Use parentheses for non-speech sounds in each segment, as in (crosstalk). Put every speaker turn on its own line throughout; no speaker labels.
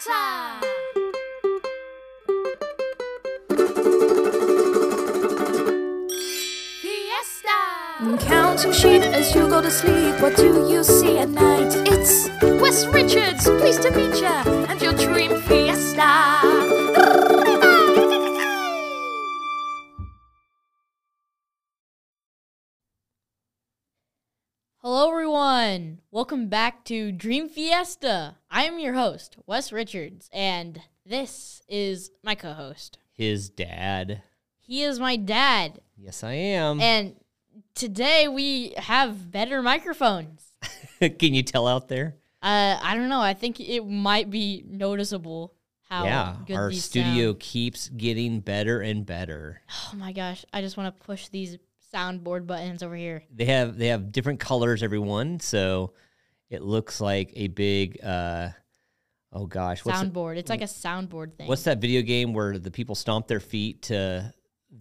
cha. Fiesta.
Counting sheep as you go to sleep. What do you see at night? It's Wes Richards. Pleased to meet ya. And your dream fiesta.
Hello, everyone. Welcome back to Dream Fiesta. I am your host, Wes Richards, and this is my co host.
His dad.
He is my dad.
Yes, I am.
And today we have better microphones.
(laughs) Can you tell out there?
Uh, I don't know. I think it might be noticeable how
yeah,
good
our
these
studio
sound.
keeps getting better and better.
Oh my gosh! I just want to push these soundboard buttons over here.
They have they have different colors, everyone. So it looks like a big. uh Oh gosh, what's the-
soundboard. it's like a soundboard thing.
what's that video game where the people stomp their feet to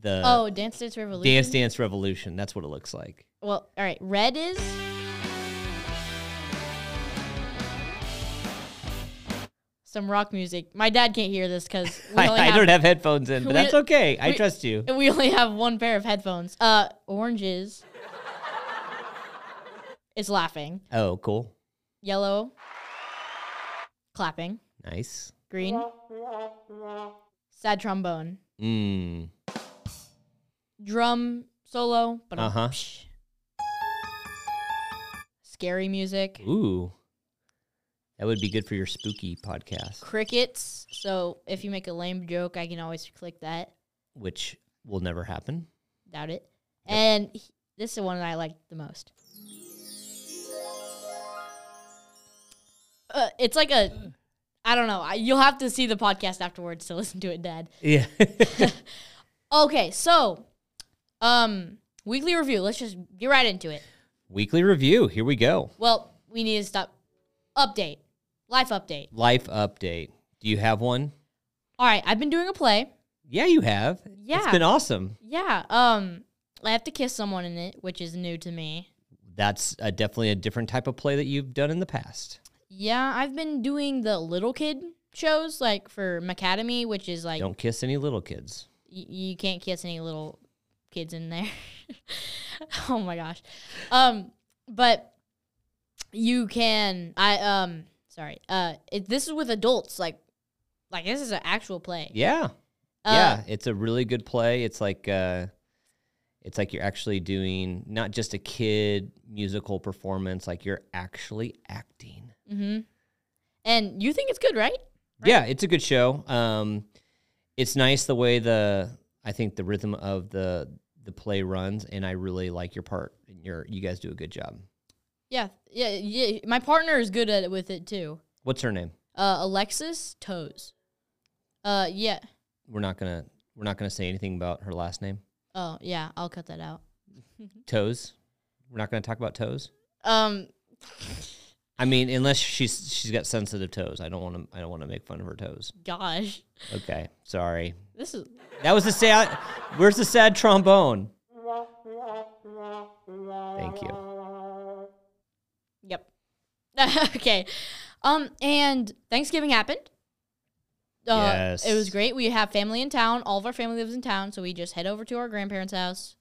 the
oh, Dance Dance Revolution.
Dance Dance Revolution? That's what it looks like.
Well, all right. Red is. Some rock music. My dad can't hear this
(laughs)
because we
I,
only
I
have,
don't have headphones in, but
we-
that's okay. I
we-
trust you.
(laughs) we only have one pair of headphones. Uh, oranges. is laughing.
Oh, cool.
Yellow. Clapping.
Nice.
Green. Sad trombone.
Mm.
Drum solo. But
Uh-huh.
Scary music.
Ooh. That would be good for your spooky podcast,
Crickets. So if you make a lame joke, I can always click that.
which will never happen.
Doubt it. And he- this is the one that I like the most. Uh, it's like a, I don't know. I, you'll have to see the podcast afterwards to listen to it, Dad.
Yeah.
Okay, so, um, weekly review. Let's just get right into it.
Weekly review. Here we go.
Well, we need to stop. Update, life update.
Life update. Do you have one?
All right, I've been doing a play.
Yeah, you have. It's
Yeah.
been awesome.
Yeah. Um, I have to kiss someone in it, which is new to me.
That's uh, definitely a different type of play that you've done in the past.
Yeah, I've been doing the little kid shows, like for Macademy, which is like y-
Don't kiss any little kids.
you can't kiss any little kids in there. (laughs) oh my gosh. Um, but you can. I um, sorry. Uh, it, this is with adults, like, like this is an actual play.
Yeah.
Uh,
yeah, it's a really good play. It's like uh it's like you're actually doing not just a kid musical performance, like you're actually acting.
Mm-hmm. And you think it's good, right?
Yeah, it's a good show. Um, it's nice the way the I think the rhythm of the the play runs, and I really like your part. And your you guys do a good job.
Yeah, yeah, yeah. My partner is good at it with it too.
What's her name?
Uh, Alexis Toes. Uh, yeah.
We're not gonna we're not gonna say anything about her last name.
Oh, yeah. I'll cut that out.
Toes. We're not gonna talk about toes.
Um,
I mean, unless she's she's got sensitive toes. I don't want to I don't want to make fun of her toes.
gosh,
Okay, sorry.
this is
That was the sad. Where's the sad trombone? Thank you.
yep. (laughs) okay. Um, and Thanksgiving happened. Uh, It was
Yes.
great. We have family in town. All of our family lives in town, so we just head over to our grandparents' house,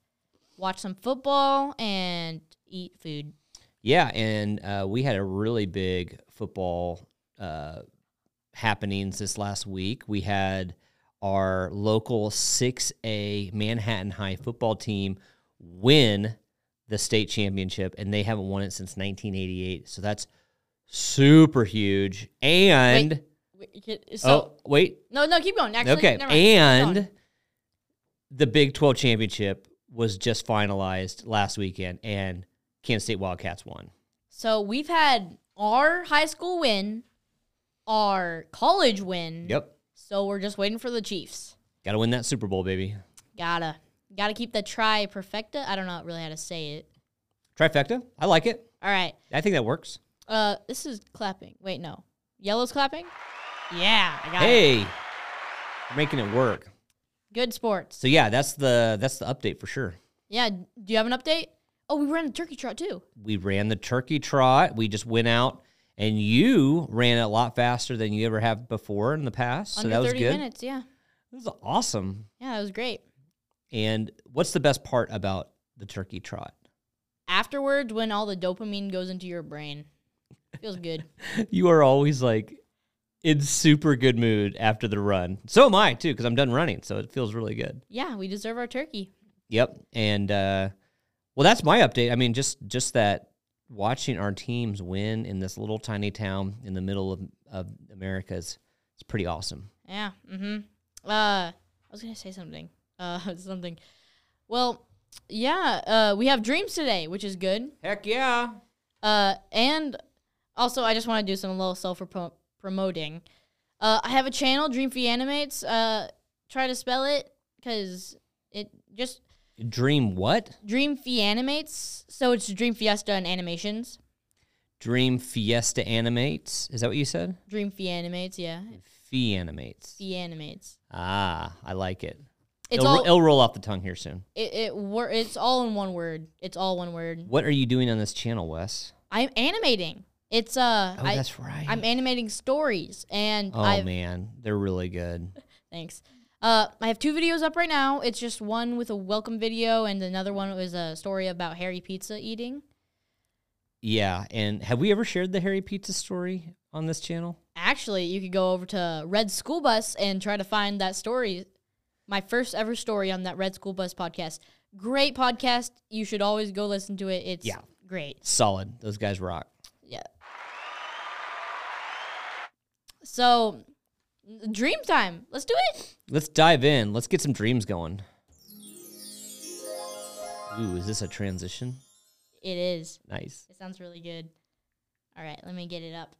watch some football, and eat food.
Yeah, and uh, we had a really big football uh, happenings this last week. We had our local 6A Manhattan High football team win the state championship, and they haven't won it since 1988. So that's super huge. And
Wait, you kid- So
oh, wait,
no, no, keep going. Actually,
okay,
never mind. Keep going.
and the Big 12 championship was just finalized last weekend, and Kansas State Wildcats won.
So we've had our high school win, our college win.
Yep.
So we're just waiting for the Chiefs.
Got to win that Super Bowl, baby.
Gotta gotta keep the tri perfecta. I don't know really how to say it.
Trifecta. I like it.
All right.
I think that works.
Uh, this is clapping. Wait, no. Yellow's clapping. Yeah, I got it.
Hey, we're making it work.
Good sports.
So yeah, that's the that's the update for sure.
Yeah. Do you have an update? Oh, we ran a turkey trot too.
We ran the turkey trot. We just went out And you ran a lot faster than you ever have before in the past. so
Under
that was
30
good.
minutes, yeah.
This is awesome.
Yeah, it was great.
And what's the best part about the turkey trot? (laughs)
Afterwards, when all the dopamine goes into your brain, feels good. (laughs)
You are always like in super good mood after the run. So am I too, because I'm done running. So it feels really good.
yeah, we deserve our turkey.
Yep. And uh, well, that's my update. I mean, just just that watching our teams win in this little tiny town in the middle of, of America is it's pretty awesome.
Yeah. Mm-hmm. Uh, I was gonna say something. Uh, (laughs) something. Well, yeah. Uh, we have dreams today, which is good.
Heck yeah.
Uh, and also, I just want to do some little self promoting. Uh, I have a channel, Dreamfee Animates. Uh, try to spell it because it just
Dream what?
Dreamfee Animates. So it's Dream Fiesta and Animations.
Dream Fiesta animates. Is that what you said?
Dreamfee Animates, yeah.
Fee animates.
Fee Animates.
Ah, I like it.
It's
it'll, ro-
all
it'll roll off the tongue here soon.
it, it wor- It's all in one word. It's all one word.
What are you doing on this channel, Wes?
I'm animating. It's uh,
Oh,
I,
that's right.
I'm animating stories, and
oh
I've
man, they're really good. (laughs)
Thanks. Uh, I have two videos up right now. It's just one with a welcome video, and another one was a story about Harry pizza eating.
Yeah, and have we ever shared the Harry Pizza story on this channel?
Actually, you could go over to Red School Bus and try to find that story. My first ever story on that Red School Bus podcast. Great podcast. You should always go listen to it. It's
Yeah.
great.
Solid. Those guys rock.
Yeah. So, dream time. Let's do it.
Let's dive in. Let's get some dreams going. Ooh, is this a transition?
It is.
Nice.
It sounds really good. All right, let me get it up.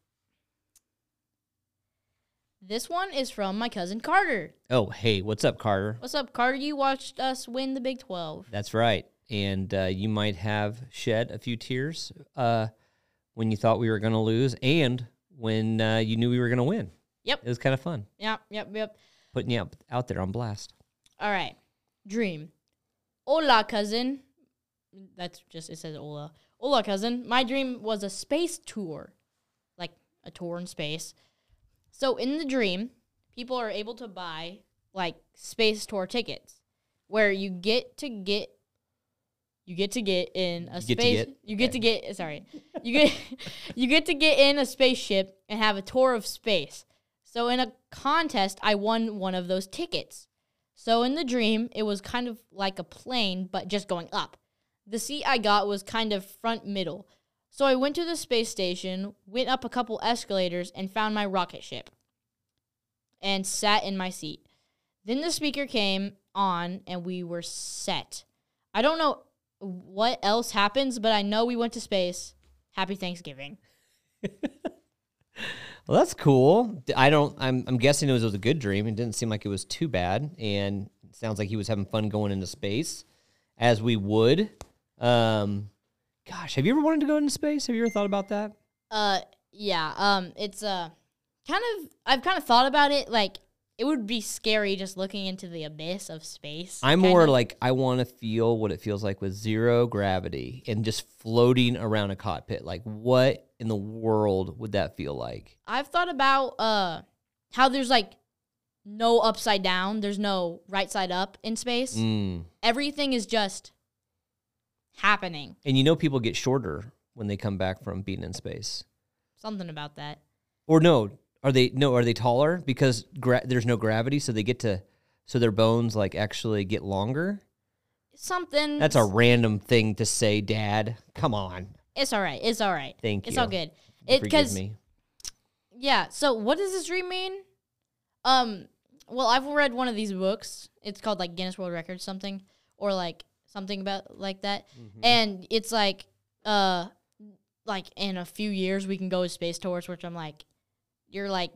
This one is from my cousin Carter.
Oh, hey, what's up, Carter?
What's up, Carter? You watched us win the Big 12.
That's right. And uh, you might have shed a few tears uh, when you thought we were going to lose and when uh, you knew we were going to win.
Yep.
It was kind of fun
Yep, yep, yep.
putting you out, out there on blast.
All right, dream. Hola, cousin. That's just, it says hola. Hola, cousin. My dream was a space tour, like a tour in space. So, in the dream, people are able to buy like space tour tickets where you get to get you get to get in a
You get to
space
get?
you get to get sorry you get (laughs) you get to get in a spaceship and have a tour of space so in a contest i won one of those tickets so in the dream it was kind of like a plane but just going up the seat i got was kind of front middle so i went to the space station went up a couple escalators and found my rocket ship and sat in my seat then the speaker came on and we were set. I don't know what else happens, but I know we went to space. Happy Thanksgiving.
Well, that's cool. D- I don't. I'm. I'm guessing it was, it was a good dream. It didn't seem like it was too bad, and it sounds like he was having fun going into space, as we would. Um, gosh, have you ever wanted to go into space? Have you ever thought about that?
Uh yeah, um it's uh kind of I've kind of thought about it like it would be scary just looking into the abyss of space.
I'm
kind
more
of.
like I want to feel what it feels like with zero gravity and just floating around a cockpit. Like, what in the world would that feel like?
I've thought about uh how there's like no upside down, there's no right side up in space.
Mm.
Everything is just happening.
And you know, people get shorter when they come back from being in space.
Something about that.
or no are they no are they taller because gra- there's no gravity so they get to so their bones like actually get longer
Something
that's a random thing to say dad come on
It's all right. It's all right.
Thank
It's all
you.
good. It
forgive
because
me
yeah. So what does this dream mean? Um. Well, I've read one of these books. It's called like Guinness World Records something or like something about like that. And it's like uh like in a few years we can go to space tours, which I'm like, you're like,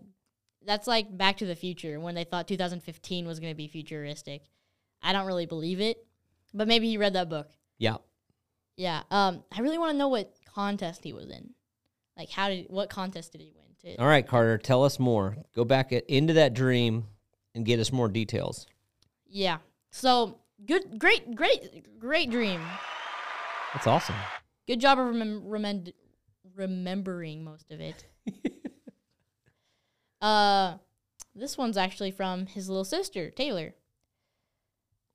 that's like Back to the Future when they thought 2015 was gonna be futuristic. I don't really believe it, but maybe he read that book.
yeah
Yeah. Um, I really want to know what contest he was in. Like, how did what contest did he win? To,
all right carter tell us more go back i- into that dream and get us more details
yeah. So good, great, great, great dream.
that's awesome
Good job of remem- remend- remembering most of it. uh, this one's actually from his little sister, Taylor.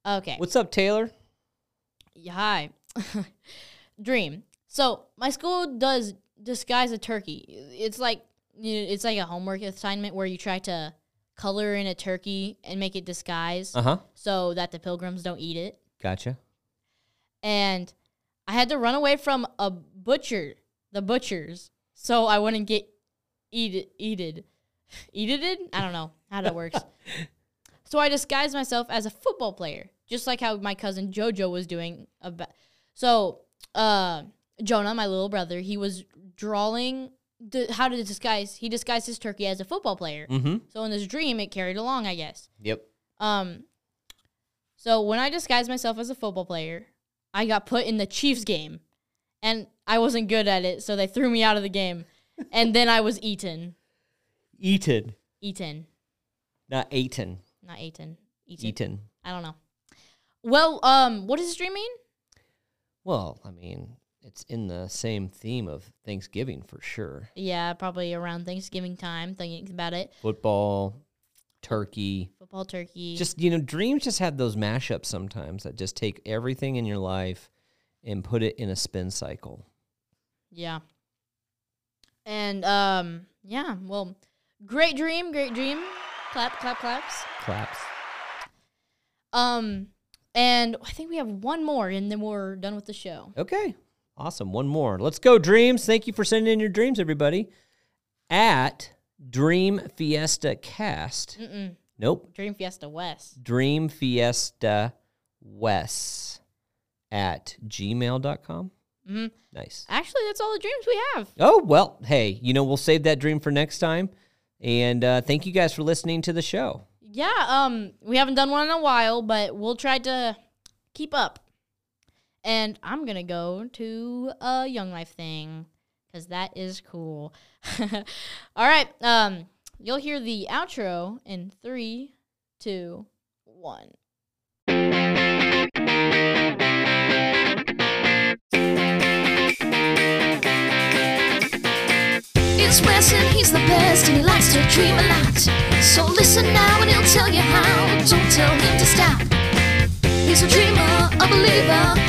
Okay.
What's up, Taylor?
Yeah, Hi. (laughs) Dream. So my school does disguise a turkey. It's like you know, it's like a homework assignment where you try to color in a turkey and make it disguise
Uh huh.
so that the pilgrims don't eat it.
Gotcha.
And I had to run away from a butcher, the butchers, so I wouldn't get eat eated. (sighs) Eated? I don't know how that works. so I disguised myself as a football player, just like how my cousin Jojo was doing. About. So uh, Jonah, my little brother, he was drawing the, how to disguise. He disguised his turkey as a football player.
Mm hmm.
So in this dream, it carried along, I guess.
Yep.
Um, so when I disguised myself as a football player, I got put in the Chiefs game, and I wasn't good at it, so they threw me out of the game, and then I was eaten,
Eaton,
eaten,
not Aiton.
not eaten, eaten.
Eaton.
I don't know. Well, um, what does this dream mean?
Well, I mean, it's in the same theme of Thanksgiving for sure.
Yeah, probably around Thanksgiving time. Thinking about it,
Football, turkey.
football turkey.
Just, you know, dreams just have those mashups sometimes that just take everything in your life and put it in a spin cycle.
yeah. And um, yeah. Well, great dream, great dream. Clap, clap, claps.
Claps.
Um, and I think we have one more, and then we're done with the show.
Okay. Awesome. One more. Let's go, dreams. Thank you for sending in your dreams, everybody. At Dream Fiesta Cast.
Mm-mm.
Nope.
Dream Fiesta West.
Dream Fiesta Wes at gmail.com.
Mm-hmm.
Nice.
Actually, that's all the dreams we have.
Oh, well, hey, you know, we'll save that dream for next time. And uh, thank you guys for listening to the show.
Yeah. Um, we haven't done one in a while, but we'll try to keep up. And I'm gonna go to a Young Life thing because that is cool. (laughs) all right. Um, you'll hear the outro in three, two, one.
It's Wes and he's the best and he likes to dream a lot. So listen now and he'll tell you how. Don't tell him to stop. He's a dreamer, a believer,